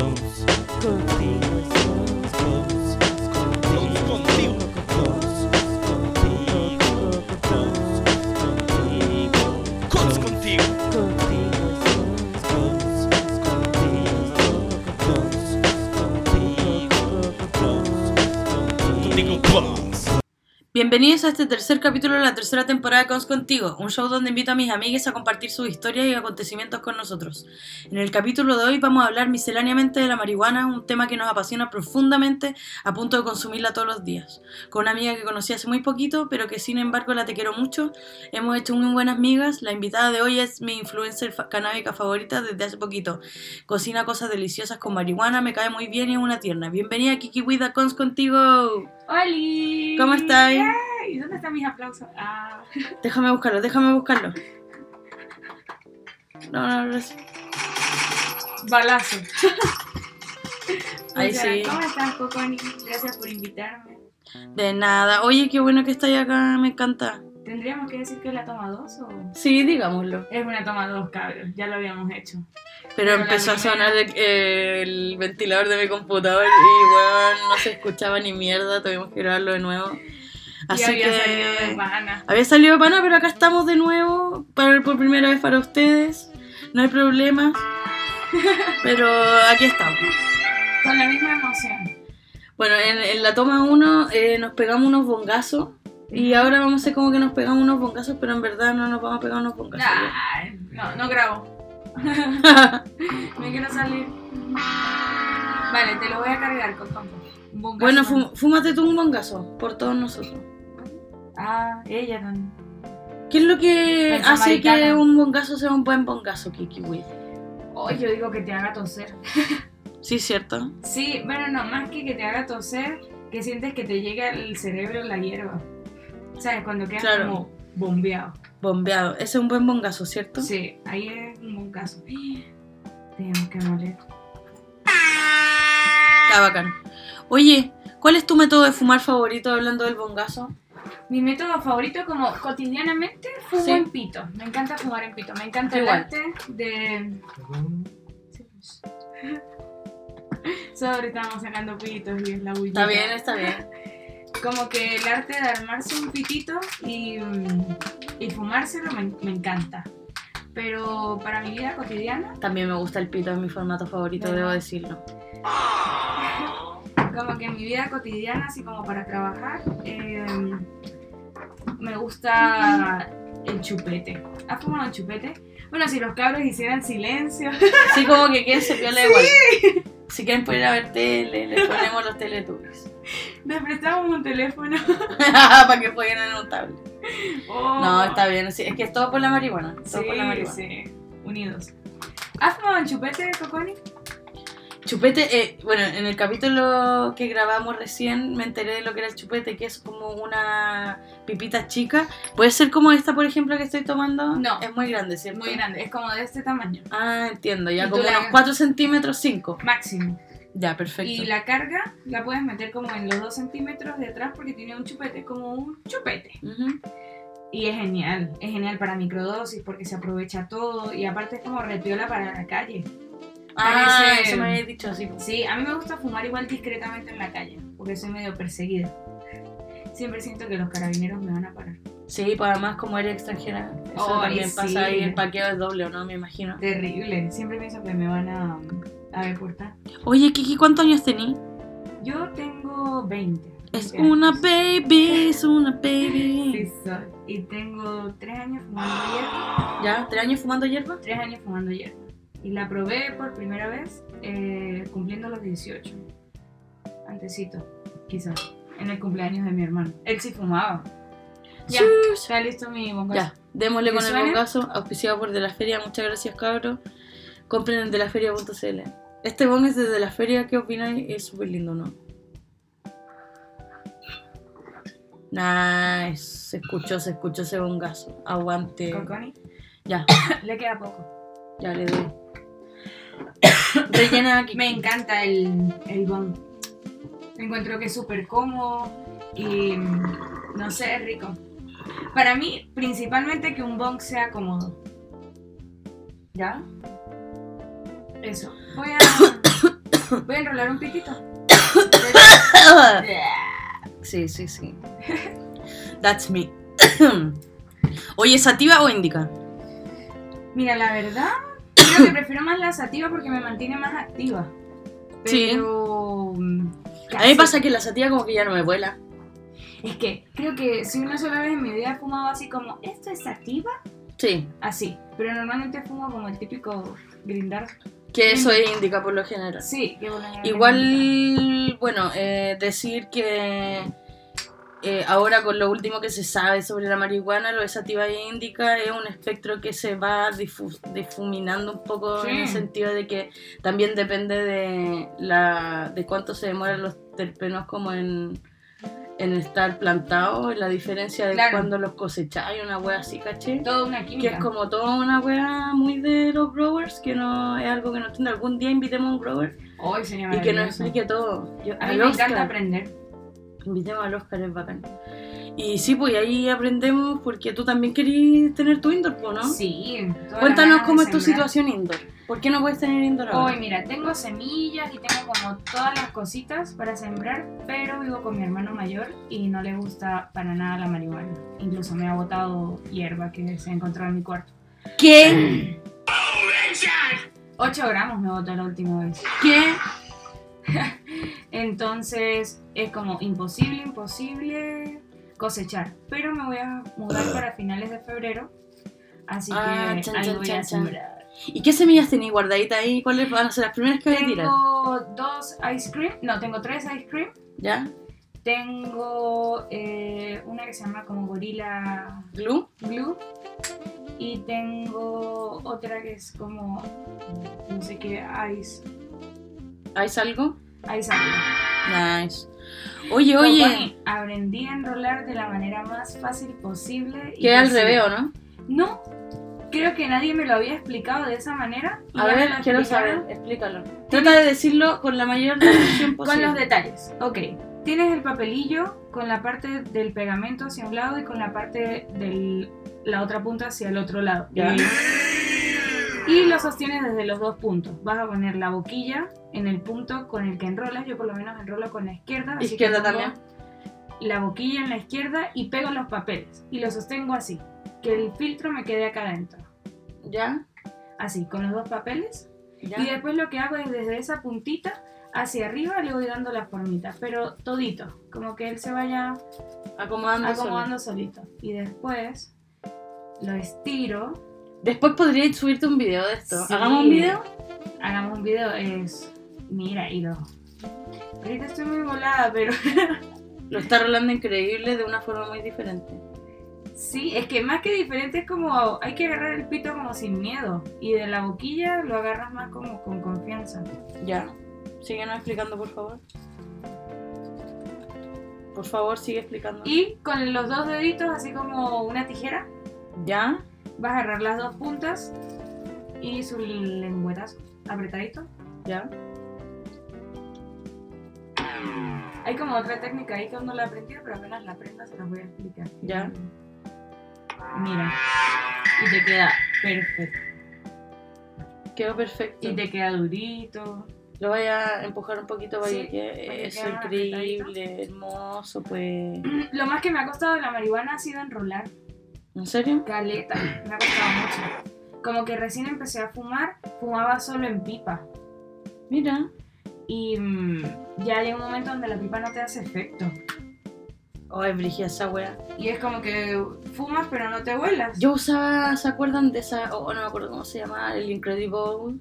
Cons, contigo, cons, cons, contigo, Contigo. cons, contigo, cons, contigo, Cons contigo. contigo, cons, cons, contigo, cons, contigo, cons, Contigo cons. Bienvenidos a este tercer capítulo de la tercera temporada de Cons Contigo, un show donde invito a mis amigues a compartir sus historias y acontecimientos con nosotros. En el capítulo de hoy vamos a hablar misceláneamente de la marihuana, un tema que nos apasiona profundamente a punto de consumirla todos los días. Con una amiga que conocí hace muy poquito, pero que sin embargo la te quiero mucho, hemos hecho muy buenas migas. La invitada de hoy es mi influencer fa- canábica favorita desde hace poquito. Cocina cosas deliciosas con marihuana, me cae muy bien y es una tierna. Bienvenida Kiki Wida Cons Contigo. ¡Holi! ¿Cómo estáis? ¿Y dónde están mis aplausos? Ah, Déjame buscarlo, déjame buscarlo. No, no, no. es- balazo. Ahí Hola, sí. ¿Cómo estás, Coconi? Gracias por invitarme. De nada. Oye, qué bueno que estáis acá, me encanta. ¿Tendríamos que decir que es la toma 2 o...? Sí, digámoslo. Es una toma 2, cabros. Ya lo habíamos hecho. Pero Hola, empezó a amiga. sonar eh, el ventilador de mi computador y, weón, no se escuchaba ni mierda, tuvimos que grabarlo de nuevo. Así y había que... salido de pana. Había salido de pana, pero acá estamos de nuevo para, por primera vez para ustedes. No hay problema. Pero aquí estamos. Con la misma emoción. Bueno, en, en la toma 1 nos pegamos unos bongazos. Y ahora vamos a hacer como que nos pegamos unos bongazos, pero en verdad no nos vamos a pegar unos bongazos. Ay, no, no grabo. Me quiero salir. Vale, te lo voy a cargar, Coconi. Un bongazo. bueno, fú- fúmate tú un bongazo por todos nosotros. Ah, ella también. ¿Qué es lo que Salsa hace que americana. un bongazo sea un buen bongazo, Kiki Wit? Oh, yo digo que te haga toser. Sí, cierto. Sí, bueno, no, más que que te haga toser, que sientes que te llega al cerebro la hierba. ¿Sabes? Cuando quedas Claro. como bombeado. Bombeado. Ese es un buen bongazo, ¿cierto? Sí, ahí es un buen caso. Tenemos que moler. Está bacán. Oye, ¿cuál es tu método de fumar favorito hablando del bongazo? Mi método favorito, como cotidianamente, fumo Sí. en pito. Me encanta fumar en pito. Me encanta el Igual. arte de. Sí, pues. Sobre estamos sacando pitos y es la bullita. Está bien, está bien. Como que el arte de armarse un pitito y, mm, y fumárselo me, me encanta. Pero para mi vida cotidiana, También me gusta el pito, es mi formato favorito, ¿Verdad? debo decirlo. como que en mi vida cotidiana, así como para trabajar, eh, me gusta el chupete. ¿Has fumado el chupete? Bueno, si los cabros hicieran silencio. Sí, como que quieren se piola igual. Si quieren poner a ver tele, les ponemos los teletubbies. Les prestamos un teléfono. Para que jueguen en un tablet. Oh. No, está bien. sí, es que es todo por la marihuana. Todo por la Sí, marihuana. sí. Unidos. ¿Has fumado el chupete, Coconi? Chupete, eh, bueno, en el capítulo que grabamos recién me enteré de lo que era el chupete, que es como una pipita chica. ¿Puede ser como esta, por ejemplo, que estoy tomando? No. Es muy grande, ¿cierto? Muy grande, es como de este tamaño. Ah, entiendo, ya Y como tú la- unos 4 centímetros 5. Máximo. Ya, perfecto. Y la carga la puedes meter como en los 2 centímetros de atrás porque tiene un chupete, como un chupete. Ujú. Y es genial, es genial para microdosis porque se aprovecha todo y aparte es como repiola para la calle. Ah, Parece- eso me habías dicho así. pues. Sí, a mí me gusta fumar igual discretamente en la calle porque soy medio perseguida. Siempre siento que los carabineros me van a parar. Sí, pues además como eres extranjera, eso Ay, también sí. pasa ahí, el paqueo es doble, ¿o ¿no? Me imagino. Terrible, siempre pienso que me van a, a deportar. Oye, Kiki, ¿cuántos años tení? Yo tengo 20. Es 20 una años. baby, es una Sí, baby. soy. Y tengo 3 años fumando hierba. ¿Ya? ¿Tres años fumando hierba? tres años fumando hierba. Y la probé por primera vez eh, cumpliendo los 18. Antecito, quizás. En el cumpleaños de mi hermano. Él sí fumaba. Ya, Sus. está listo mi bongazo. Ya, démosle ¿Que con el suene? bongazo, auspiciado por De la Feria, muchas gracias cabros. Compren en delaferia.cl. Este bon es de De la Feria, ¿qué opináis? Es súper lindo, ¿no? Nice, se escuchó, se escuchó ese bongazo. Aguante. Coconi, Ya, le queda poco. ya le doy. Rellena aquí. Me encanta el, el bon. Encuentro que es súper cómodo y mm, no sé, es rico. Para mí, principalmente que un bong sea cómodo. ¿Ya? Eso. Voy a Voy a enrolar un piquito. Sí, sí, sí. That's me. Oye, ¿sativa o indica? Mira, la verdad, creo que prefiero más la sativa porque me mantiene más activa. Sí. Pero. mm, A mí me pasa que la sativa como que ya no me vuela. Es que creo que si una sola vez en mi vida he fumado así como, ¿esto es sativa? Sí. Así. Pero normalmente fumo como el típico grindar. Que eso es indica por lo general. Sí, que bueno, Igual, bueno, eh, decir que eh, ahora con lo último que se sabe sobre la marihuana, lo de sativa e indica es un espectro que se va difu- difuminando un poco Sí. en el sentido de que también depende de, la, de cuánto se demoran los terpenos como en, en estar plantados, en la diferencia de Claro. cuando los cosecháis, una wea así, caché. Toda una Que química. es como toda una wea muy de los growers, que no es algo que no entiendo. Algún día invitemos a un grower Hoy sería y que nos maravilloso. explique todo. Yo, A mí al me Oscar. encanta aprender. Invitemos al Oscar, es bacán. Y sí, pues y ahí aprendemos porque tú también querías tener tu indoor, pues, ¿no? Sí. todas las Cuéntanos ganas cómo de es tu sembrar. situación indoor. ¿Por qué no puedes tener indoor Hoy, ahora? mira, tengo semillas y tengo como todas las cositas para sembrar, pero vivo con mi hermano mayor y no le gusta para nada la marihuana. Incluso me ha botado hierba que se encontró en mi cuarto. ¿Qué? 8 gramos me botó la última vez. ¿Qué? Entonces es como imposible, imposible cosechar. Pero me voy a mudar para finales de febrero. Así Ah, que chan, ahí chan, voy chan, a chan. sembrar. ¿Y qué semillas tenéis guardaditas ahí? ¿Cuáles van a ser las primeras que voy a tirar? Tengo dos ice cream, no, tengo tres ice cream. ¿Ya? Tengo eh, una que se llama como Gorilla ¿Glue? Blue. Y tengo otra que es como. No sé qué, Ice. ¿Hay algo? Ice algo. Nice. Oye, Como oye, pone, Aprendí a enrolar de la manera más fácil posible. y que es al fácil". revés, ¿o no? No. Creo que nadie me lo había explicado de esa manera. y A ya me ver, lo quiero explicaron saber, explícalo. Trata de decirlo con la mayor decisión Con posible. los detalles. Ok. Tienes el papelillo con la parte del pegamento hacia un lado y con la parte de la otra punta hacia el otro lado. Ya. Y lo sostienes desde los dos puntos. Vas a poner la boquilla en el punto con el que enrolas. Yo por lo menos enrolo con la izquierda. así que Izquierda pongo también. La boquilla en la izquierda y pego los papeles. Y los sostengo así. Que el filtro me quede acá adentro. ¿Ya? Así, con los dos papeles. ¿Ya? Y después lo que hago es desde esa puntita hacia arriba le voy dando las formitas. Pero todito. Como que él se vaya Acomodando, acomodando solito. Y después lo estiro. solo. Después podría subirte un video de esto. Sí. ¿Hagamos un video? hagamos un video es mira y lo ahorita estoy muy volada pero Lo está rolando increíble de una forma muy diferente. sí es que más que diferente es como hay que agarrar el pito como sin miedo y de la boquilla lo agarras más como con confianza Ya. Síguenos explicando, por favor. Por favor, sigue explicando. y con los dos deditos así como una tijera ¿Ya? vas a agarrar las dos puntas y su lengüetazo apretadito ¿Ya? hay como otra técnica ahí que aún no la aprendí pero apenas la aprenda se las voy a explicar Ya. mira y te queda perfecto Quedó perfecto. Y te queda durito. Lo voy a empujar un poquito para Sí, que quede- para que Eso quede más increíble, hermoso, pues. Lo más que me ha costado de la marihuana ha sido enrolar. ¿En serio? Caleta, me ha costado mucho. Como que recién empecé a fumar, fumaba solo en pipa. Mira. Y mm, ya llega un momento donde la pipa no te hace efecto. Ay, Brigia, Oh, esa wea. Y es como que fumas pero no te vuelas. Yo usaba, ¿se acuerdan de esa? Oh, no me acuerdo cómo se llama, el Incredible.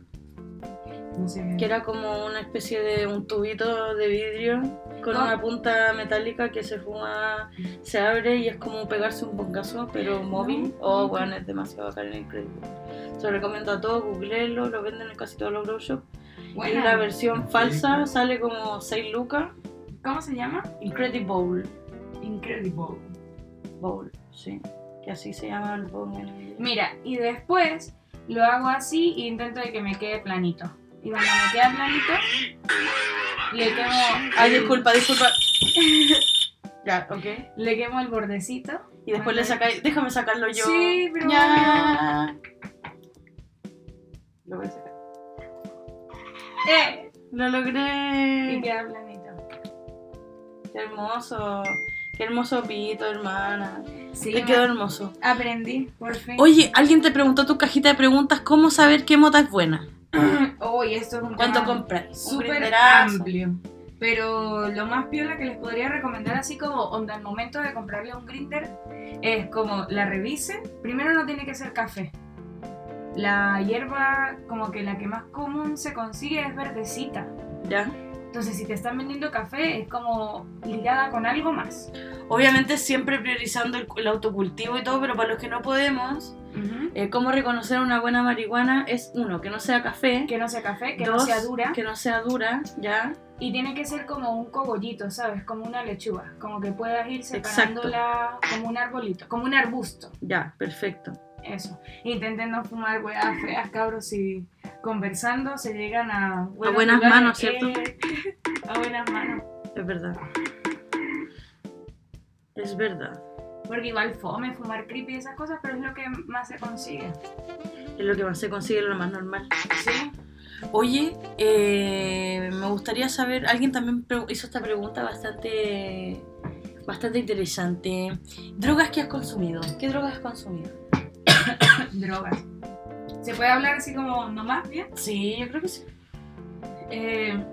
no sé. que era como una especie de un tubito de vidrio con Ah. una punta metálica que se fuma, se abre y es como pegarse un bongazo, pero móvil. No. Oh, bueno, es demasiado bacán y increíble. Se lo recomiendo a todos, googleenlo, lo venden en casi todos los grow shops. Y Buena. la versión falsa sale como 6 lucas. ¿Cómo se llama? Incredible Bowl. Incredible. Bowl, sí. Que así se llama el bowl en el video. Mira, y después lo hago así y intento de que me quede planito. Y cuando me queda planito, le quemo. Ay, disculpa, disculpa. ya, ok. Le quemo el bordecito. Y después le sacáis, déjame sacarlo yo. Sí, pero Ya. ¡Eh! Lo logré. Y queda blandito. Qué hermoso. Qué hermoso pito, hermana. Sí, Te ma- quedó hermoso. aprendí, por fin. Oye, alguien te preguntó tu cajita de preguntas cómo saber qué mota es buena. Oye, esto es un ¿Cuánto tema compras? súper prenderazo. amplio. Pero lo más piola que les podría recomendar, así como onda al momento de comprarle un grinder, es como la revisen. Primero no tiene que ser café. La hierba, como que la que más común se consigue es verdecita. Ya. Entonces, si te están vendiendo café, es como ligada con algo más. Obviamente siempre priorizando el, el autocultivo y todo, pero para los que no podemos, eh, cómo reconocer una buena marihuana es uno, que no sea café, Que no sea café, que no dos, sea dura. que no sea dura, ya. Y tiene que ser como un cogollito, ¿sabes? Como una lechuga. Como que puedas ir Exacto. separándola como un arbolito, como un arbusto. Ya, perfecto. Eso. Intenten no fumar huevas feas, cabros, y conversando se llegan a, buenos buenas lugares. manos, ¿cierto? Eh, a buenas manos. Es verdad. Es verdad. Porque igual fome fumar creepy y esas cosas, pero es lo que más se consigue. Es lo que más se consigue, lo más normal. ¿Sí? Oye, eh, me gustaría saber, alguien también pre- hizo esta pregunta bastante, bastante interesante. Drogas que has consumido. ¿Qué drogas has consumido? Drogas. ¿Se puede hablar así como nomás bien? Sí, yo creo que sí. Eh,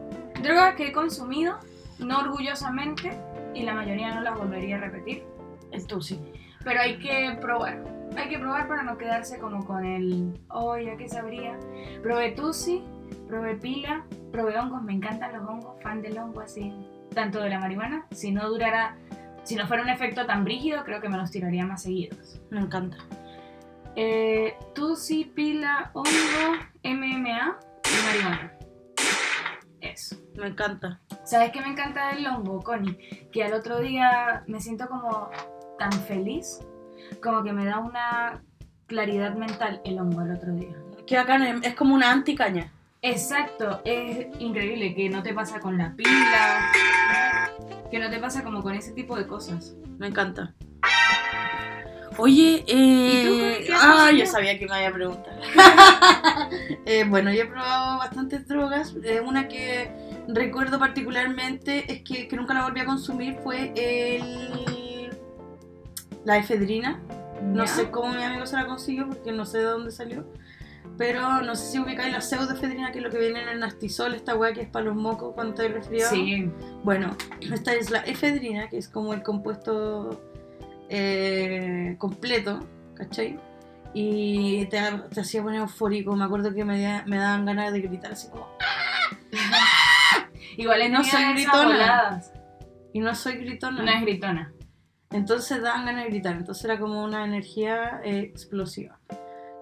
drogas que he consumido, no orgullosamente, y la mayoría no las volvería a repetir, El sí. pero hay que probar. Hay que probar para no quedarse como con el, oh, ya que sabría. Probé tusi, probé pila, probé hongos, me encantan los hongos, fan del hongo así, tanto de la marihuana. Si no durara, si no fuera un efecto tan brígido, creo que me los tiraría más seguidos. Me encanta. Eh, tusi, pila, hongo, MMA y marihuana. Eso. Me encanta. ¿Sabes qué me encanta del hongo, Connie? Que al otro día me siento como tan feliz, como que me da una claridad mental el hongo al otro día. Que acá es como una anticaña. Exacto, es increíble que no te pasa con la pila, que no te pasa como con ese tipo de cosas. Me encanta. Oye, eh... ¿Y tú qué has ah, consumido? yo sabía que me había preguntado. Eh, bueno, yo he probado bastantes drogas. Eh, una que recuerdo particularmente es que, que nunca la volví a consumir fue el... la efedrina. No ¿Ya? sé cómo mi amigo se la consiguió porque no sé de dónde salió. Pero no sé si ubicáis la pseudoefedrina, que es lo que viene en el nastisol, esta weá que es para los mocos cuando estáis resfriados. Sí, Bueno, esta es la efedrina, que es como el compuesto eh, completo, ¿cachai? Y te, te hacía poner eufórico. Me acuerdo que me, da- me daban ganas de gritar así como. igual es No no soy son gritona. gritona. Y no soy gritona. No es gritona. Entonces daban ganas de gritar. Entonces era como una energía eh, explosiva.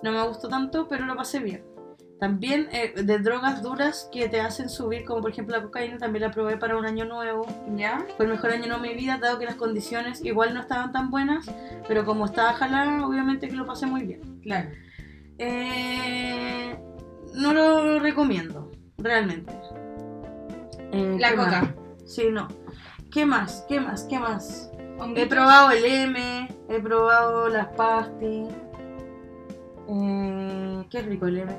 No me gustó tanto, pero lo pasé bien. También eh, de drogas duras que te hacen subir, como por ejemplo la cocaína, también la probé para un año nuevo. ¿Ya? Fue el mejor año de mi vida, dado que las condiciones igual no estaban tan buenas, pero como estaba jalada, obviamente que lo pasé muy bien. Claro. Eh, no lo recomiendo, realmente. Eh, La ¿qué coca. más? Sí, no. ¿Qué más? ¿Qué más? ¿Qué más? He Honguitos. probado el M, he probado las pastis. Eh, qué rico el M.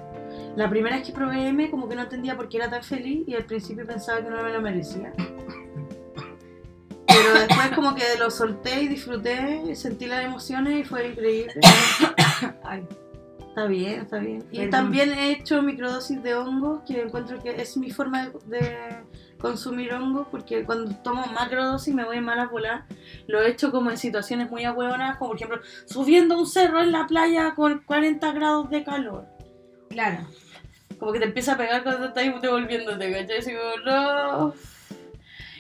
La primera vez que probé M, como que no entendía por qué era tan feliz y al principio pensaba que no me lo merecía. Pero después como que lo solté y disfruté, sentí las emociones y fue increíble. Ay, Está bien, está bien. Y Perdón. también he hecho microdosis de hongos, que encuentro que es mi forma de, de consumir hongos, porque cuando tomo macrodosis me voy mal a volar. Lo he hecho como en situaciones muy ahueonas, como por ejemplo subiendo un cerro en la playa con 40 grados de calor. claro. Como que te empieza a pegar cuando estás devolviéndote, ¿cachai? Así como, no.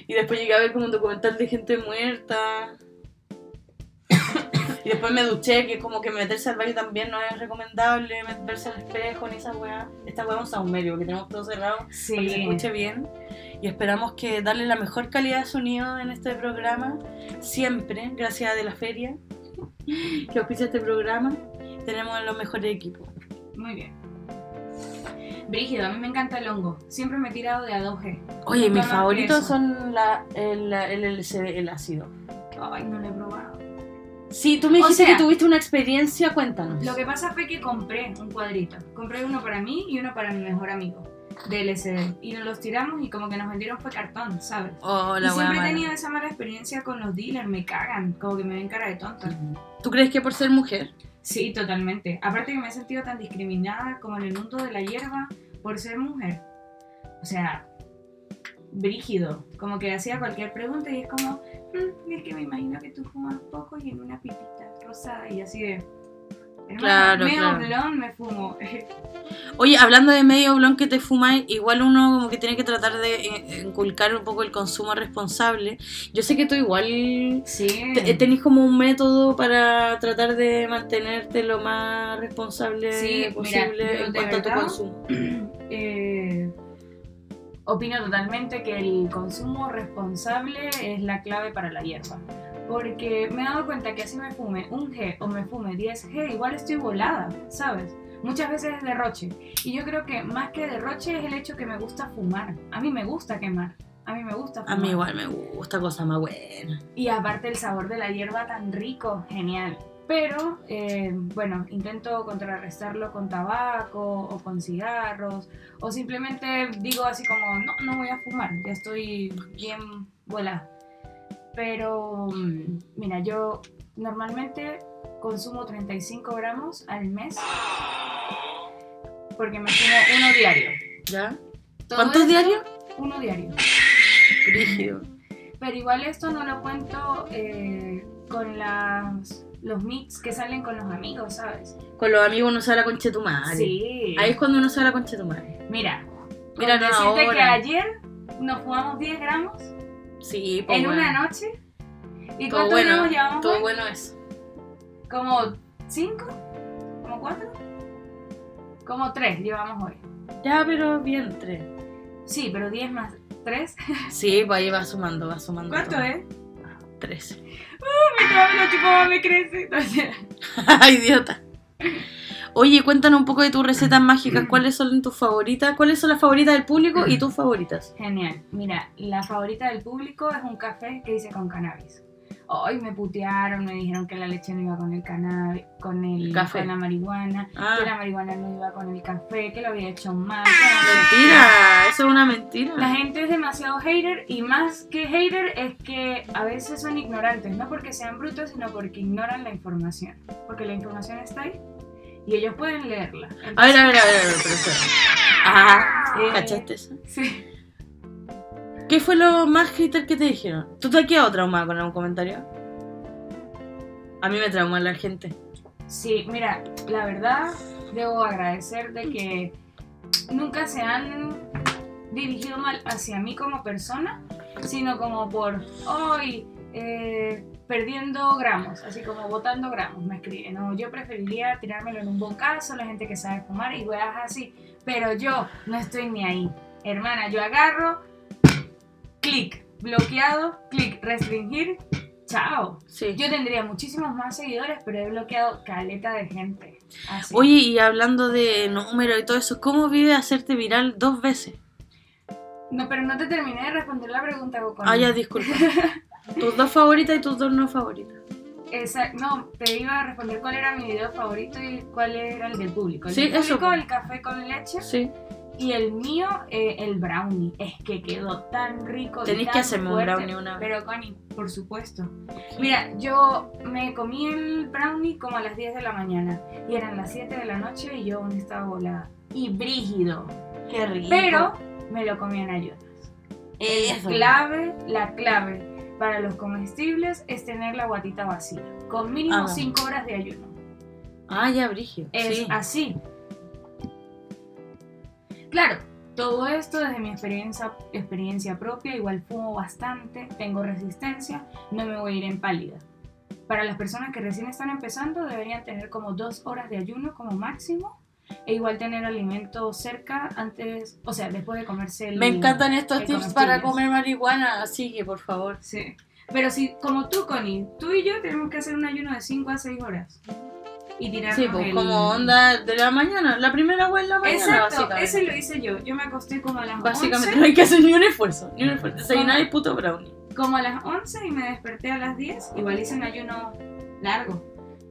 Y después llegué a ver como un documental de gente muerta. y después me duché, que como que meterse al baño también no es recomendable, verse al espejo ni esa weá. Esta weá es un saumerio, que tenemos todo cerrado para que se Sí. escuche bien. Y esperamos que darle la mejor calidad de sonido en este programa, siempre, gracias a de la feria que auspicia este programa. Tenemos los mejores equipos. Muy bien. Brígido, a mí me encanta el hongo. Siempre me he tirado de a 2G. Oye, Nunca mis más que favoritos eso. son la, el, el LCD, el ácido. Ay, no lo he probado. Sí, tú me O dijiste sea- que tuviste una experiencia, cuéntanos. Lo que pasa fue que compré un cuadrito. Compré uno para mí y uno para mi mejor amigo. de LSD. Y nos los tiramos y como que nos vendieron fue cartón, ¿sabes? Oh, Y la siempre he wea tenido esa mala experiencia con los dealers, me cagan, como que me ven cara de tonta. mala. ¿Tú crees que por ser mujer? Sí, totalmente. Aparte que me he sentido tan discriminada como en el mundo de la hierba por ser mujer. O sea, brígido. Como que hacía cualquier pregunta y es como, "Mm, es que me imagino que tú fumas poco y en una pitita rosada y así de... "Hermana, Claro, medio claro. blond me fumo. Oye, hablando de medio blon que te fumáis, igual uno como que tiene que tratar de eh, inculcar un poco el consumo responsable. Yo sé que tú igual sí. te- tenés como un método para tratar de mantenerte lo más responsable Sí, mira, posible yo en de cuanto a tu verdad- consumo. Eh, opino totalmente que el consumo responsable es la clave para la hierba. Porque me he dado cuenta que así me fume un G o me fume 10 G, igual estoy volada, ¿sabes? Muchas veces es derroche. Y yo creo que más que derroche es el hecho que me gusta fumar. A mí me gusta quemar. A mí me gusta A fumar. mí igual me gusta cosa más buena. Y aparte el sabor de la hierba tan rico, genial. Pero, eh, bueno, intento contrarrestarlo con tabaco o con cigarros. O simplemente digo así como, no, no voy a fumar, ya estoy bien volada. Pero, mm, mira, yo normalmente consumo 35 gramos al mes porque me fumo uno diario. ¿Ya? Todo ¿Cuántos esto, diarios? Uno diario. Rígido. Pero igual esto no lo cuento eh, con las, los mix que salen con los amigos, ¿sabes? Con los amigos uno se habla con chetumare. Sí. Ahí es cuando uno se habla con chetumare. Mira, Mira, mira no, decirte que ahora. ayer nos fumamos 10 gramos Sí, pues en bueno. una noche. ¿Y Todo cuántos bueno, gramos llevamos? pues? Todo hoy? bueno eso. Como 5, como 4, como 3 llevamos hoy. Ya, pero bien, tres. Sí, pero 10 más 3. Sí, pues ahí va sumando, va sumando. ¿Cuánto todo. es? Tres. Mi cabello tipo va, me crece. Ay, idiota. Oye, cuéntanos un poco de tus recetas mágicas. ¿Cuáles son tus favoritas? ¿Cuáles son las favoritas del público y tus favoritas? Genial. Mira, la favorita del público es un café que hice con cannabis. Hoy me putearon, me dijeron que la leche no iba con el cannabis, con el Café. con la marihuana, que la Ah, marihuana no iba con el café, que lo había hecho mal. que no sé qué. mentira. Eso es una mentira. La gente es demasiado hater y más que hater es que a veces son ignorantes, no porque sean brutos, sino porque ignoran la información, porque la información está ahí y ellos pueden leerla. A ver, a ver, a ver, a ver, pero espera. Ajá, Eh. ¿cachaste eso? Sí. ¿Qué fue lo más hater que te dijeron? ¿Tú te has quedado traumada con algún comentario? A mí me trauma la gente. Sí, mira, la verdad debo agradecer de que nunca se han dirigido mal hacia mí como persona, sino como por hoy eh, perdiendo gramos, así como botando gramos, me escriben. No, yo preferiría tirármelo en un bocazo, la gente que sabe fumar y weas así, pero yo no estoy ni ahí. Hermana, yo agarro, clic, bloqueado, clic, restringir, chao. Sí. Yo tendría muchísimos más seguidores, pero he bloqueado caleta de gente. Así. Oye, y hablando de números y todo eso, ¿cómo vive hacerte viral dos veces? No, pero no te terminé de responder la pregunta, Gocón. Ah, ya, disculpa. Tus dos favoritas y tus dos no favoritas. Esa- no, te iba a responder cuál era mi video favorito y cuál era el del público. El Sí, del eso. público, el café con leche. Sí. Y el mío, eh, el brownie. Es que quedó tan rico. y Tenés que tan hacerme un fuerte. brownie una vez. Pero Connie, por supuesto. Mira, yo me comí el brownie como a las 10 de la mañana. Y eran las 7 de la noche y yo aún estaba volada. Y brígido. Qué rico. Pero me lo comí en ayunas. Eso. Clave, la clave para los comestibles es tener la guatita vacía. Con Ah. mínimo 5 horas de ayuno. Ah, ya, Brigio. Es Sí. así. Claro, todo esto desde mi experiencia, experiencia propia, igual fumo bastante, tengo resistencia, no me voy a ir en pálida. Para las personas que recién están empezando, deberían tener como dos horas de ayuno como máximo, e igual tener alimento cerca antes, o sea, después de comerse el... Me encantan estos el tips comestibles. para comer marihuana, así que por favor. Sí. Pero si, como tú, Connie, tú y yo tenemos que hacer un ayuno de 5 a 6 horas. Y tirarnos Sí, pues el- como onda de la mañana. La primera agua en la mañana, Exacto, básicamente. ese lo hice yo. Yo me acosté como a las Básicamente 11, no hay que hacer ni un esfuerzo, ni un esfuerzo. Desayunar y puto brownie. como a las 11 y me desperté a las 10. Igual hice un ayuno largo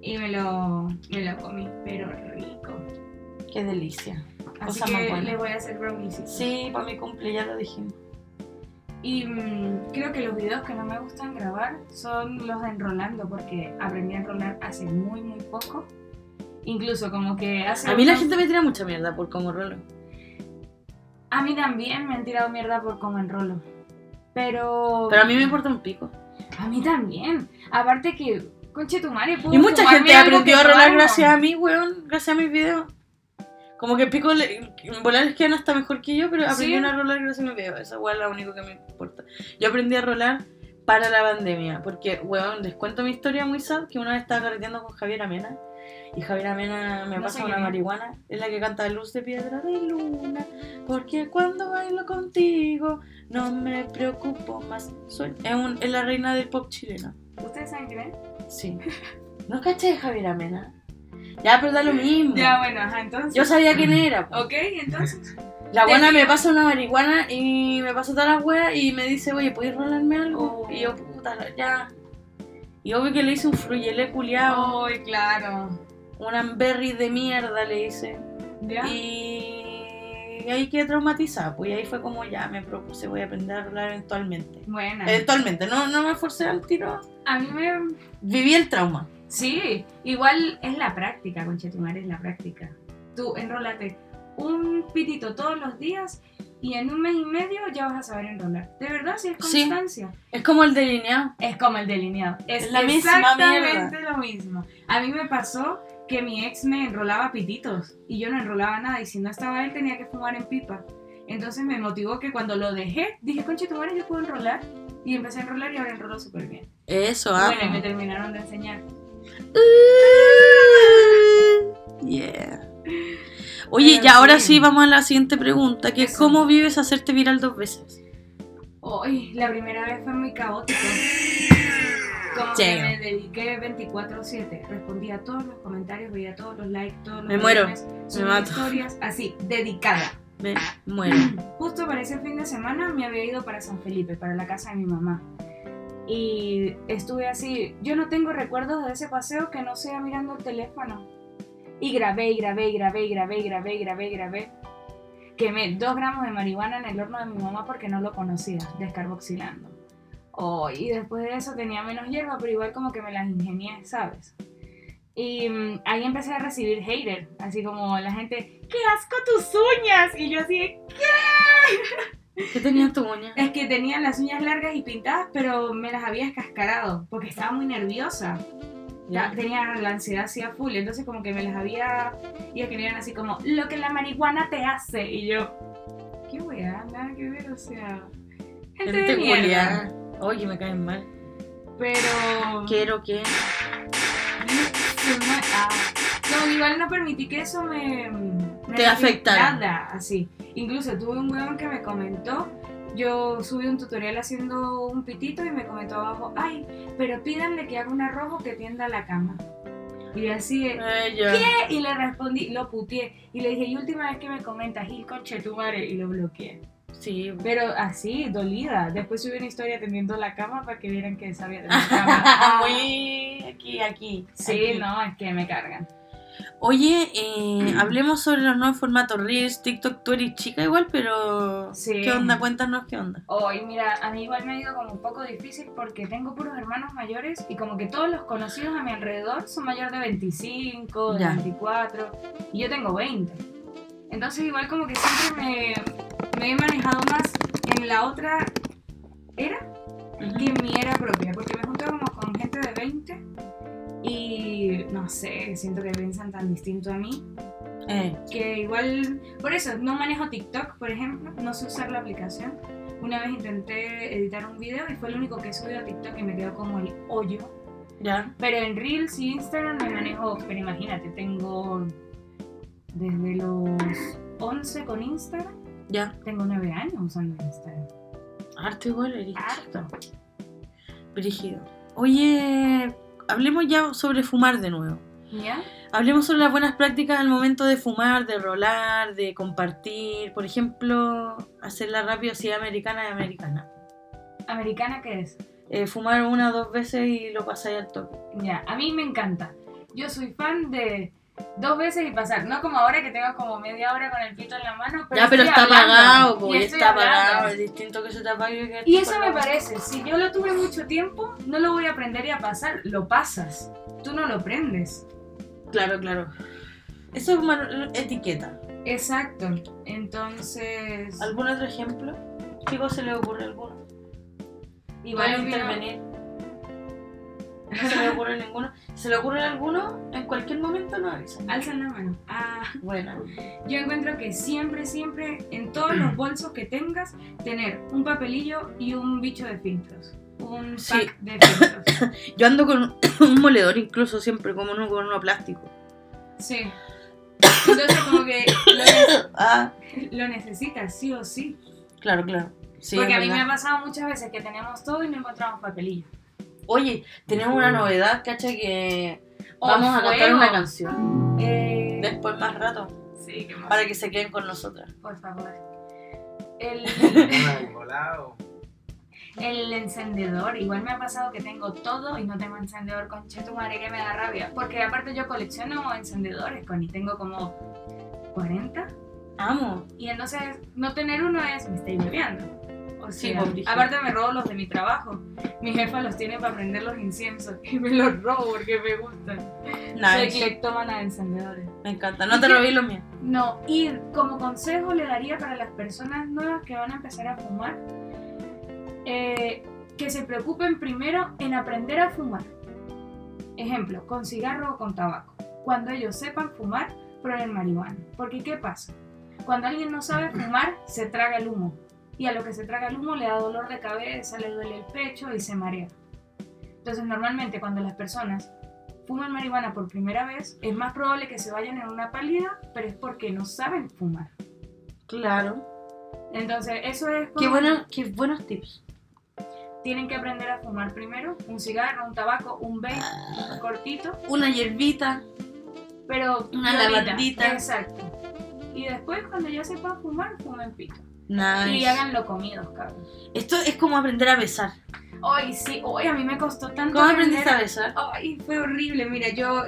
y me lo, me lo comí, pero rico. Qué delicia. Así Cosa más que buena. le voy a hacer brownies. Sí, para mi cumple, ya lo dijimos. Y mm, creo que los videos que no me gustan grabar son los de enrolando, porque aprendí a enrolar hace muy, muy poco. Incluso como que hace... A mí la unos- gente me tira mucha mierda por cómo rolo. A mí también me han tirado mierda por cómo enrolo. Pero... Pero a mí me importa un pico. A mí también. Aparte que, conche tu madre, puedo Y mucha fumarme gente algo aprendió que a no rolar hago. gracias a mí, weón, gracias a mis videos. Como que pico, le- en volar les quedan hasta mejor que yo, pero Sí. aprendieron a rolar gracias a mis videos. Esa weón es lo único que me importa. Yo aprendí a rolar para la pandemia, porque, weón, les cuento mi historia muy sad, que una vez estaba carreteando con Javier Amena, y Javier Amena me No sé pasa quién una es. marihuana, es la que canta Luz de Piedra de Luna, porque cuando bailo contigo no me preocupo más. Soy- es, un- es la reina del pop chileno. ¿Ustedes saben quién es? Sí. ¿No caché de Javier Amena? Ya, pero da lo mismo. Ya, bueno, ajá, entonces... Yo sabía quién era. po. Ok, entonces... La Te buena me digo. pasa una marihuana y me pasa todas las weas y me dice, oye, ¿puedes rolarme algo? Oh. Y yo, puta, la- ya. Y obvio que le hice un fruyelé culiao, Ay, claro. un amberry de mierda le hice. Ya. Y ahí quedé traumatizada, pues y ahí fue como ya me propuse, voy a aprender a rolar eventualmente. Buena. Eventualmente, no, no me forcé al tiro. A mí me... Viví el trauma. Sí, igual es la práctica, conchetumar, es la práctica. Tú enrólate un pitito todos los días y en un mes y medio ya vas a saber enrolar. De verdad, si es Sí. constancia. Es como el delineado. Es como el delineado. Es, Es la misma exactamente lo mismo. A mí me pasó que mi ex me enrolaba pititos y yo no enrolaba nada y si no estaba él tenía que fumar en pipa. Entonces me motivó que cuando lo dejé, dije, conchetumar, yo puedo enrolar. Y empecé a enrolar y ahora enrolo súper bien. Eso, ah, pues. Bueno, y amo. me terminaron de enseñar. Yeah. Mm. Oye, Pero y ahora sí. sí vamos a la siguiente pregunta, que es Eso. ¿cómo vives hacerte viral dos veces? Hoy, la primera vez fue muy caótico. Como Sí. que me dediqué 24-7. Respondía a todos los comentarios, veía todos los likes, todos los Me muero, memes, me subía mato. historias, así, dedicada. Me muero. Justo para ese fin de semana me había ido para San Felipe, para la casa de mi mamá. Y estuve así. Yo no tengo recuerdos de ese paseo que no sea mirando el teléfono. Y grabé, y grabé, y grabé, y grabé, y grabé, y grabé, y grabé. Quemé dos gramos de marihuana en el horno de mi mamá porque no lo conocía, descarboxilando. Oh, y después de eso tenía menos hierba, pero igual como que me las ingenié, ¿sabes? Y mm, ahí empecé a recibir hater, así como la gente, ¡qué asco tus uñas! Y yo así, ¿Qué tenías tu uña? es que tenía las uñas largas y pintadas, pero me las había escascarado porque estaba muy nerviosa. Ya, tenía la ansiedad así a full, entonces como que me las había... Y escribían así como, lo que la marihuana te hace. Y yo, qué weá, nada que ver, o sea... Gente, de mierda. culiada. Oye, me caen mal. Pero... Quiero que... Ah. No, igual no permití que eso me, me Te afectara. nada, así. Incluso tuve un weón que me comentó, yo subí un tutorial haciendo un pitito y me comentó abajo, ay, pero pídanle que haga un arrojo que tienda la cama. Y yo así, de, "Eh", ¿Qué? y le respondí, lo puteé. Y le dije, y última vez que me comentas, Gil, conche tu madre", y lo bloqueé. Sí. Pero así, dolida. Después subí una historia tendiendo la cama para que vieran que sabía de la cama. Ah, Muy aquí, aquí. Sí, aquí. no, es que me cargan. Oye, eh, hablemos sobre los nuevos formatos Reels, TikTok, tú eres chica igual, pero... Sí. ¿Qué onda? Cuéntanos qué onda. Hoy, mira, a mí igual me ha ido como un poco difícil porque tengo puros hermanos mayores y como que todos los conocidos a mi alrededor son mayor de 25, de Ya. 24 y yo tengo 20. Entonces igual como que siempre me, me he manejado más en la otra era que en mi era propia, porque me junto como con gente de 20 y no sé, siento que piensan tan distinto a mí Eh, que igual, por eso, no manejo TikTok, por ejemplo, no sé usar la aplicación. Una vez intenté editar un video y fue el único que subí a TikTok y me quedó como el hoyo. ya. Pero en Reels y Instagram me manejo, pero imagínate, tengo desde los 11 con Instagram, Ya. tengo 9 años usando Instagram. Harto igual eres Harto. Brígido. Oye, hablemos ya sobre fumar de nuevo. ¿Ya? Hablemos sobre las buenas prácticas al momento de fumar, de rolar, de compartir. Por ejemplo, hacer la rápido si es americana es americana. ¿Americana qué es? Eh, fumar una o dos veces y lo pasáis al toque. Ya, a mí me encanta. Yo soy fan de Dos veces y pasar. No como ahora que tengo como media hora con el pito en la mano. Pero ya, pero está estoy hablando, apagado, y po, y estoy está hablando. apagado. Es distinto que se te apague que Y esté eso me apagado. parece, si yo lo tuve mucho tiempo, no lo voy a aprender y a pasar, lo pasas. Tú no lo prendes. Claro, claro. Eso es una etiqueta. Exacto. Entonces, ¿Algún otro ejemplo? Chicos, ¿se les ocurre alguno? igual Pueden vino- intervenir. No se le ocurre ninguno. Si se le ocurre alguno, en cualquier momento no avisan. Alzan la mano. Ah, Bueno, yo encuentro que siempre, siempre, en todos los bolsos que tengas, tener un papelillo y un bicho de filtros. Un Sí. pack de filtros. yo ando con un moledor incluso siempre, como uno con uno plástico. Sí. Entonces como que lo, ne- Ah, lo necesitas, sí o sí. claro, claro. Sí, Porque es a mí me verdad. ha pasado muchas veces que tenemos todo y no encontramos papelillo. Oye, tenemos una novedad, cacha, que O vamos a cantar fuego. una canción. Eh, Después, más rato, Sí, qué más. para que se queden con nosotras. Por favor. El, Colado. el encendedor. Igual me ha pasado que tengo todo y no tengo encendedor con madre que me da rabia. Porque aparte yo colecciono encendedores con y tengo como 40. Amo. Y entonces no tener uno es me estoy bebiendo. O Sí, sea, pues, brígido. aparte me robo los de mi trabajo. Mi jefa los tiene para prender los inciensos y me los robo porque me gustan. Soy Nice. cleptómana de encendedores. Me encanta. No te robéis los míos. No, y como consejo le daría para las personas nuevas que van a empezar a fumar, eh, que se preocupen primero en aprender a fumar. Ejemplo, con cigarro o con tabaco. Cuando ellos sepan fumar, prueben marihuana. Porque ¿qué pasa? Cuando alguien no sabe fumar, se traga el humo. Y a lo que se traga el humo le da dolor de cabeza, le duele el pecho y se marea. Entonces normalmente cuando las personas fuman marihuana por primera vez, es más probable que se vayan en una pálida, pero es porque no saben fumar. Claro. Entonces, eso es como Qué, bueno, qué buenos tips. tienen que aprender a fumar primero, un cigarro, un tabaco, un vape cortito, Una hierbita. pero Una piolita. lavandita. Exacto. Y después cuando ya sepan fumar, fumen pito. Nice. Y háganlo comidos, cabrón. Esto es como aprender a besar. Ay, sí, hoy a mí me costó tanto ¿Cómo aprendiste a aprender- besar? Ay, fue horrible, mira, yo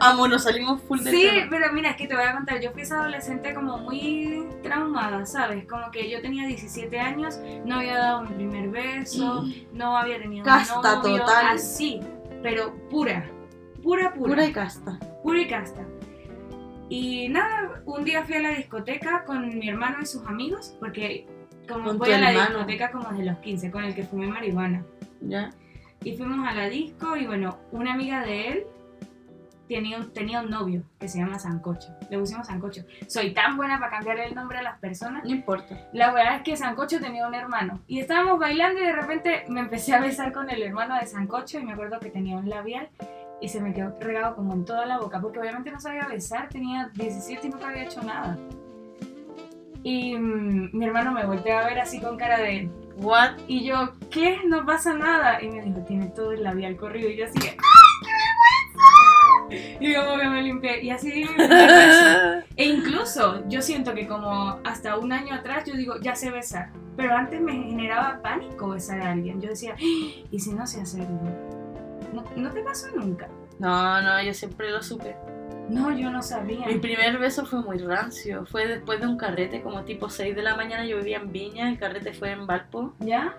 Amo, nos salimos full de Sí, pero mira, es que te voy a contar, yo fui esa adolescente como muy traumada, ¿sabes? Como que yo tenía 17 años, no había dado mi primer beso, no había tenido Casta novio, total. así, pero pura, Pura pura, pura, pura y casta. y, casta. Y nada, un día fui a la discoteca con mi hermano y sus amigos, porque como Con voy tu a la hermano. discoteca como de los 15, con el que fumé marihuana. ¿Ya? Y fuimos a la disco y bueno, una amiga de él tenía, un- tenía un novio que se llama Sancocho. Le pusimos Sancocho. Soy tan buena para cambiar el nombre a las personas. No importa. La verdad es que Sancocho tenía un hermano. Y estábamos bailando y de repente me empecé a besar con el hermano de Sancocho y me acuerdo que tenía un labial y se me quedó regado como en toda la boca porque obviamente no sabía besar, tenía 17 y nunca había hecho nada. Y mm, mi hermano me volteó a ver así con cara de... What? Y yo, ¿qué? No pasa nada. Y me dijo, tiene todo el labial corrido. Y yo así, ¡ay, qué vergüenza! Y como que me limpié. Y así. e incluso, yo siento que como hasta un año atrás, yo digo, ya sé besar. Pero antes me generaba pánico besar a alguien. Yo decía, "Ah, ¿y si no sé hacerlo? No, no te pasó nunca. No, no, yo siempre lo supe. No, yo no sabía. Mi primer beso fue muy rancio. Fue después de un carrete, como tipo 6 de la mañana. Yo vivía en Viña, el carrete fue en Valpo. ¿Ya?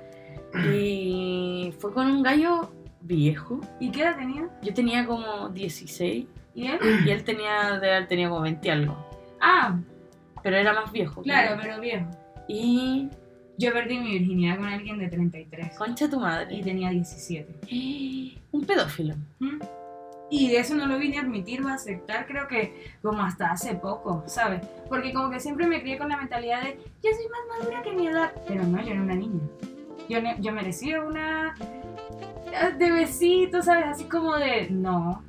Y fue con un gallo viejo. ¿Y qué edad tenía? Yo tenía como 16 ¿Y él? y él tenía, de haber tenido como 20 algo. Ah, Pero era más viejo. que claro, yo. pero viejo. Y. Yo perdí mi virginidad con alguien de 33 Concha tu y madre. tenía 17. Un pedófilo. ¿Mm? Y de eso no lo vine a admitir o a aceptar, creo que como hasta hace poco, ¿sabes? Porque como que siempre me crié con la mentalidad de, yo soy más madura que mi edad. Pero no, yo era una niña. Yo, ne- yo merecía una... ah, de besito, ¿sabes? Así como de, no.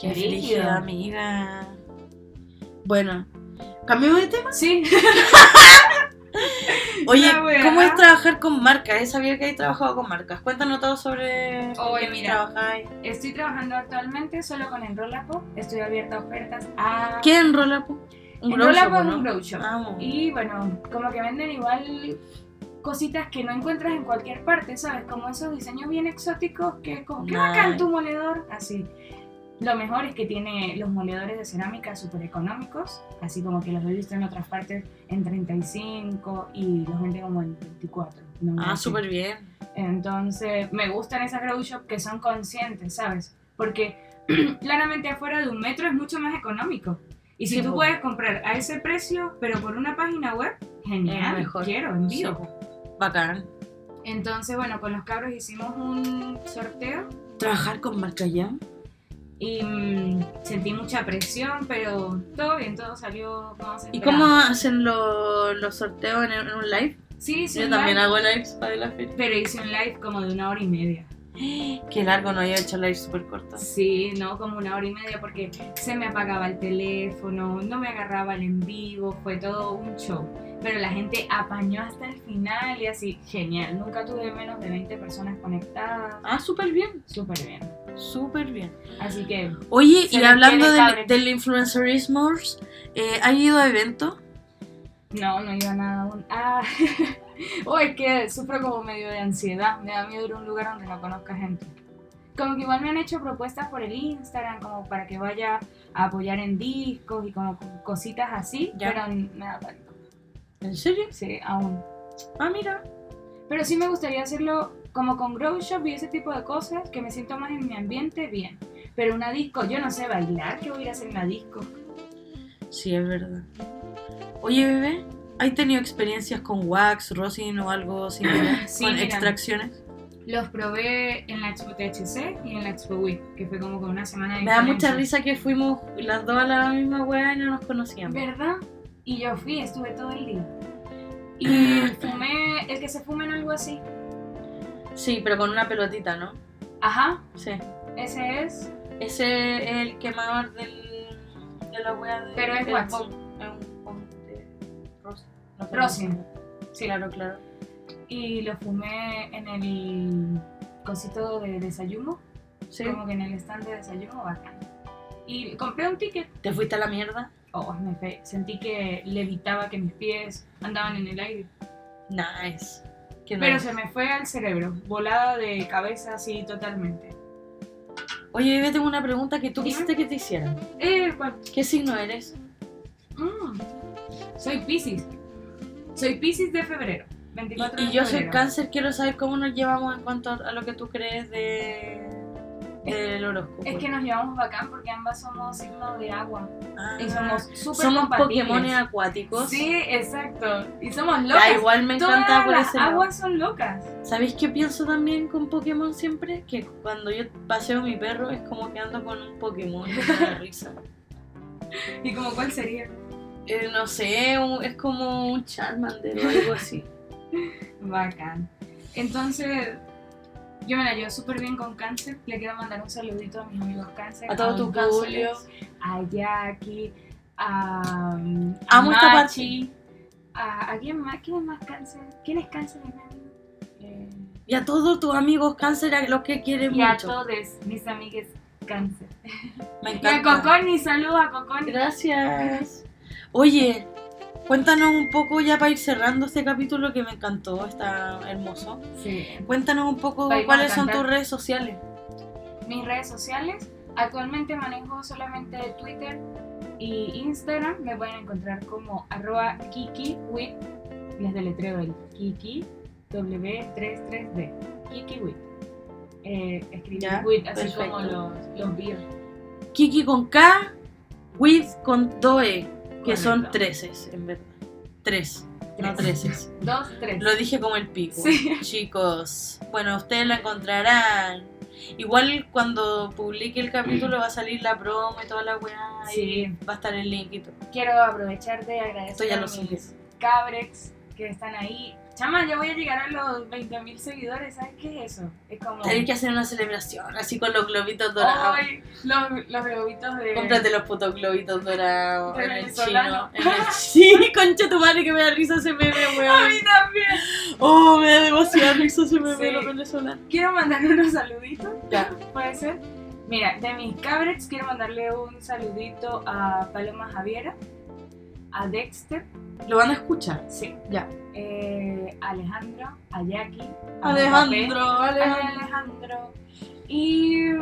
Qué Brígido. rígida, amiga. Bueno, cambiamos de tema. Sí, Oye, La weá. ¿cómo es trabajar con marcas? Eh, Sabía que hay trabajado con marcas. Cuéntanos todo sobre Oye, qué mira. trabajáis. estoy trabajando actualmente solo con Enrolapo. Estoy abierta a ofertas a... ¿Qué en Rolapo? Un grosso, Enrolapo es ¿no? Ah, un grow shop. Amo. Y bueno, como que venden igual cositas que no encuentras en cualquier parte, ¿sabes? Como esos diseños bien exóticos que es como, ¡qué bacán Nice. tu moledor! Así. Lo mejor es que tiene los moledores de cerámica súper económicos, así como que los he visto en otras partes en 35 y los vende como en 24. una Ah, cosa así. súper bien. Entonces, me gustan esas grow shop que son conscientes, ¿sabes? Porque claramente afuera de un metro es mucho más económico. Y si Sí, tú po. puedes comprar a ese precio, pero por una página web, genial, Es mejor. quiero, envío. Sí. Bacán. Entonces, bueno, con los cabros hicimos un sorteo Trabajar con marca ya. y mm, sentí mucha presión, pero todo bien, todo salió como se ¿Y esperaba. cómo hacen lo- los sorteos en, en un live? Sí, hice Yo un también live, hago lives para la feria. pero hice un live como de una hora y media. Qué largo, no había hecho lives súper cortos. Sí, no, como una hora y media porque se me apagaba el teléfono, no me agarraba el en vivo, fue todo un show. Pero la gente apañó hasta el final y así, genial. Nunca tuve menos de 20 personas conectadas. Ah, súper bien, Súper bien. súper bien. Así que Oye, Se y les hablando quiere, del, cabres. del influencerismo, eh, ¿has ido a eventos? no, no iba a nada aún. Ah, oh, es que sufro como medio de ansiedad. Me da miedo ir a un lugar donde no conozca gente. Como que igual me han hecho propuestas por el Instagram, como para que vaya a apoyar en discos y como cositas así, Ya. pero me da pánico. ¿En serio? Sí, aún. Ah, mira. Pero sí me gustaría hacerlo como con grow shop y ese tipo de cosas, que me siento más en mi ambiente, bien. Pero una disco, yo no sé bailar, ¿qué voy a ir a hacer en una disco? Sí, es verdad. Oye, bebé, ¿has tenido experiencias con wax, rosin o algo similar? Sí, con mira. extracciones. Los probé en la Expo THC y en la Expo WIC, que fue como con una semana de Me da diferencia. mucha risa que fuimos las dos a la misma weá y no nos conocíamos. ¿Verdad? Y yo fui, estuve todo el día. Y fumé, el que se fuma en algo así. Sí, pero con una pelotita, ¿no? Ajá, Sí. ese es. Ese es el quemador del, de la wea de. Pero es del wax. bong. Es un bong de rosin. No sé Rosin. cómo se llama. Sí, Claro, claro. Y lo fumé en el cosito de desayuno. Sí. como que en el stand de desayuno oh, bacán. Y compré un ticket. ¿Te fuiste a la mierda? Oh, me fe- sentí que levitaba, que mis pies andaban en el aire. Nice. Qué Pero nice. se me fue al cerebro, volada de cabeza así totalmente. Oye, bebé, tengo una pregunta que tú Dime. quisiste que te hicieran. Eh, cual- ¿Qué signo eres? mm, Soy Pisces. Soy Pisces de febrero. Y, 24 y de yo soy febrero. cáncer, quiero saber cómo nos llevamos en cuanto a lo que tú crees de del horóscopo. Es que nos llevamos bacán porque ambas somos signos de agua. Ah, Y somos súper somos compatibles. Pokémones acuáticos. Sí, exacto. Y somos locas. Ya, igual me encanta Todas por las ese lado. aguas son locas. ¿Sabéis qué pienso también con Pokémon siempre? Que cuando yo paseo a mi perro es como que ando con un Pokémon, me da risa. ¿Y como cuál sería? Eh, no sé, un- es como un Charmander o algo así. Bacán. Entonces, yo me la llevo súper bien con cáncer. Le quiero mandar un saludito a mis amigos cáncer. A todo mis tu cánceres, A Jackie, a, a Amo esta Machi. A, ¿a quién más? ¿Quién es más cáncer? ¿Quién es cáncer? mi amigo? Eh, Y a todos tus amigos cáncer, a los que quieren y a mucho. todos mis amigues cáncer. Me Y a encanta. Coconi, saludos a Coconi. Gracias. Oye, cuéntanos un poco ya para ir cerrando este capítulo que me encantó, está hermoso. Sí. Cuéntanos un poco Vamos a cuáles son cantar. tus redes sociales. mis redes sociales. Actualmente manejo solamente Twitter y Instagram. Me pueden encontrar como arroba Kiki with, les deletreo el Kiki W33D. Kiki with. Eh, escribí Ya, with así perfecto. como los, los bios. Kiki con K, With con Doe, que son Correcto. treces, en verdad. Tres, no Tres. treces. Dos, tres. Lo dije como el pico. Sí. Chicos, bueno, ustedes la encontrarán. Igual cuando publique el capítulo va a salir la promo y toda la weá. y Sí. Va a estar el link y todo. Quiero aprovechar de Esto agradecer ya a lo mis subes. cabrex que están ahí. Chama, ya voy a llegar a los 20.000 seguidores. ¿Sabes qué es eso? Es como... Tenéis que hacer una celebración, así con los globitos dorados. Ay, los, los globitos de... Cómprate los putos globitos dorados Pero en el chino. venezolano. En el- Sí, concha tu madre que me da risa ese meme, A weón. mí también. Oh, me da demasiada risa ese meme Sí. los venezolanos. Quiero mandarle unos saluditos, Ya. puede ser. Mira, de mis cabrets quiero mandarle un saludito a Paloma Javiera, a Dexter, Lo van a escuchar. sí, Ya. eh, a Alejandro, a Jackie, a Alejandro, Mbappé, Alejandro. a Alejandro. Y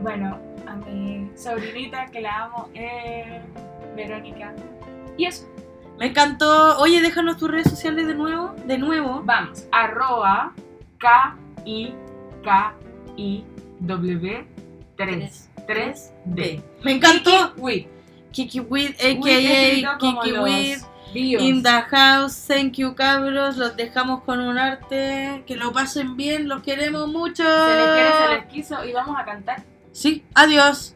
bueno, a mi sobrinita que la amo, eh, Verónica. Y eso, Me encantó. Oye, déjanos tus redes sociales de nuevo. De nuevo. vamos, arroba K I K I W 3 3D. Me encantó. Wii. Kiki With, Wii a.k.a. Kiki With. In the house, thank you cabros, los dejamos con un arte, que lo pasen bien, los queremos mucho. Se les quiere, se les quiso y vamos a cantar. Sí, adiós.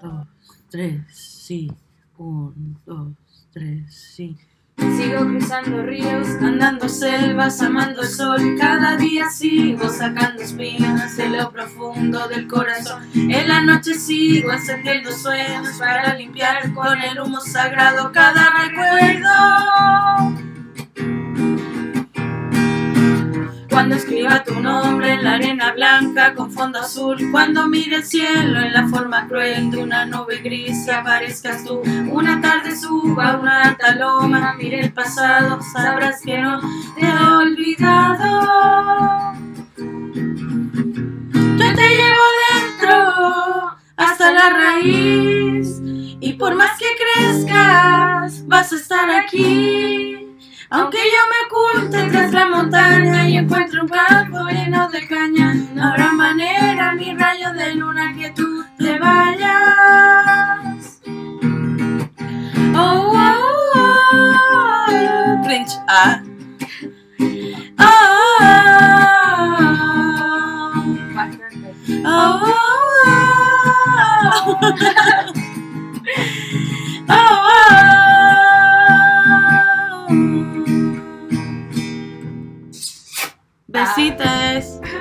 Un, dos, tres, sí. Un, dos, tres, sí. Sigo cruzando ríos, Andando selvas, amando el sol, cada día sigo sacando espinas de lo profundo del corazón. En la noche sigo encendiendo sueños para limpiar con el humo sagrado cada recuerdo. Cuando escriba tu nombre en la arena blanca con fondo azul, cuando mire el cielo en la forma cruel de una nube gris, aparezcas tú. Una tarde suba una alta loma, mire el pasado, sabrás que no te he olvidado. Yo te llevo dentro hasta la raíz y por más que crezcas vas a estar aquí. Aunque yo me oculte tras la montaña y encuentre un campo lleno de caña, no habrá manera, mi rayo de luna, que tú te vayas. Oh, oh, oh. Cringe. Ah. Oh, oh, oh. Bastante. Oh, oh, oh. Oh, Ah. oh, oh. Besitos.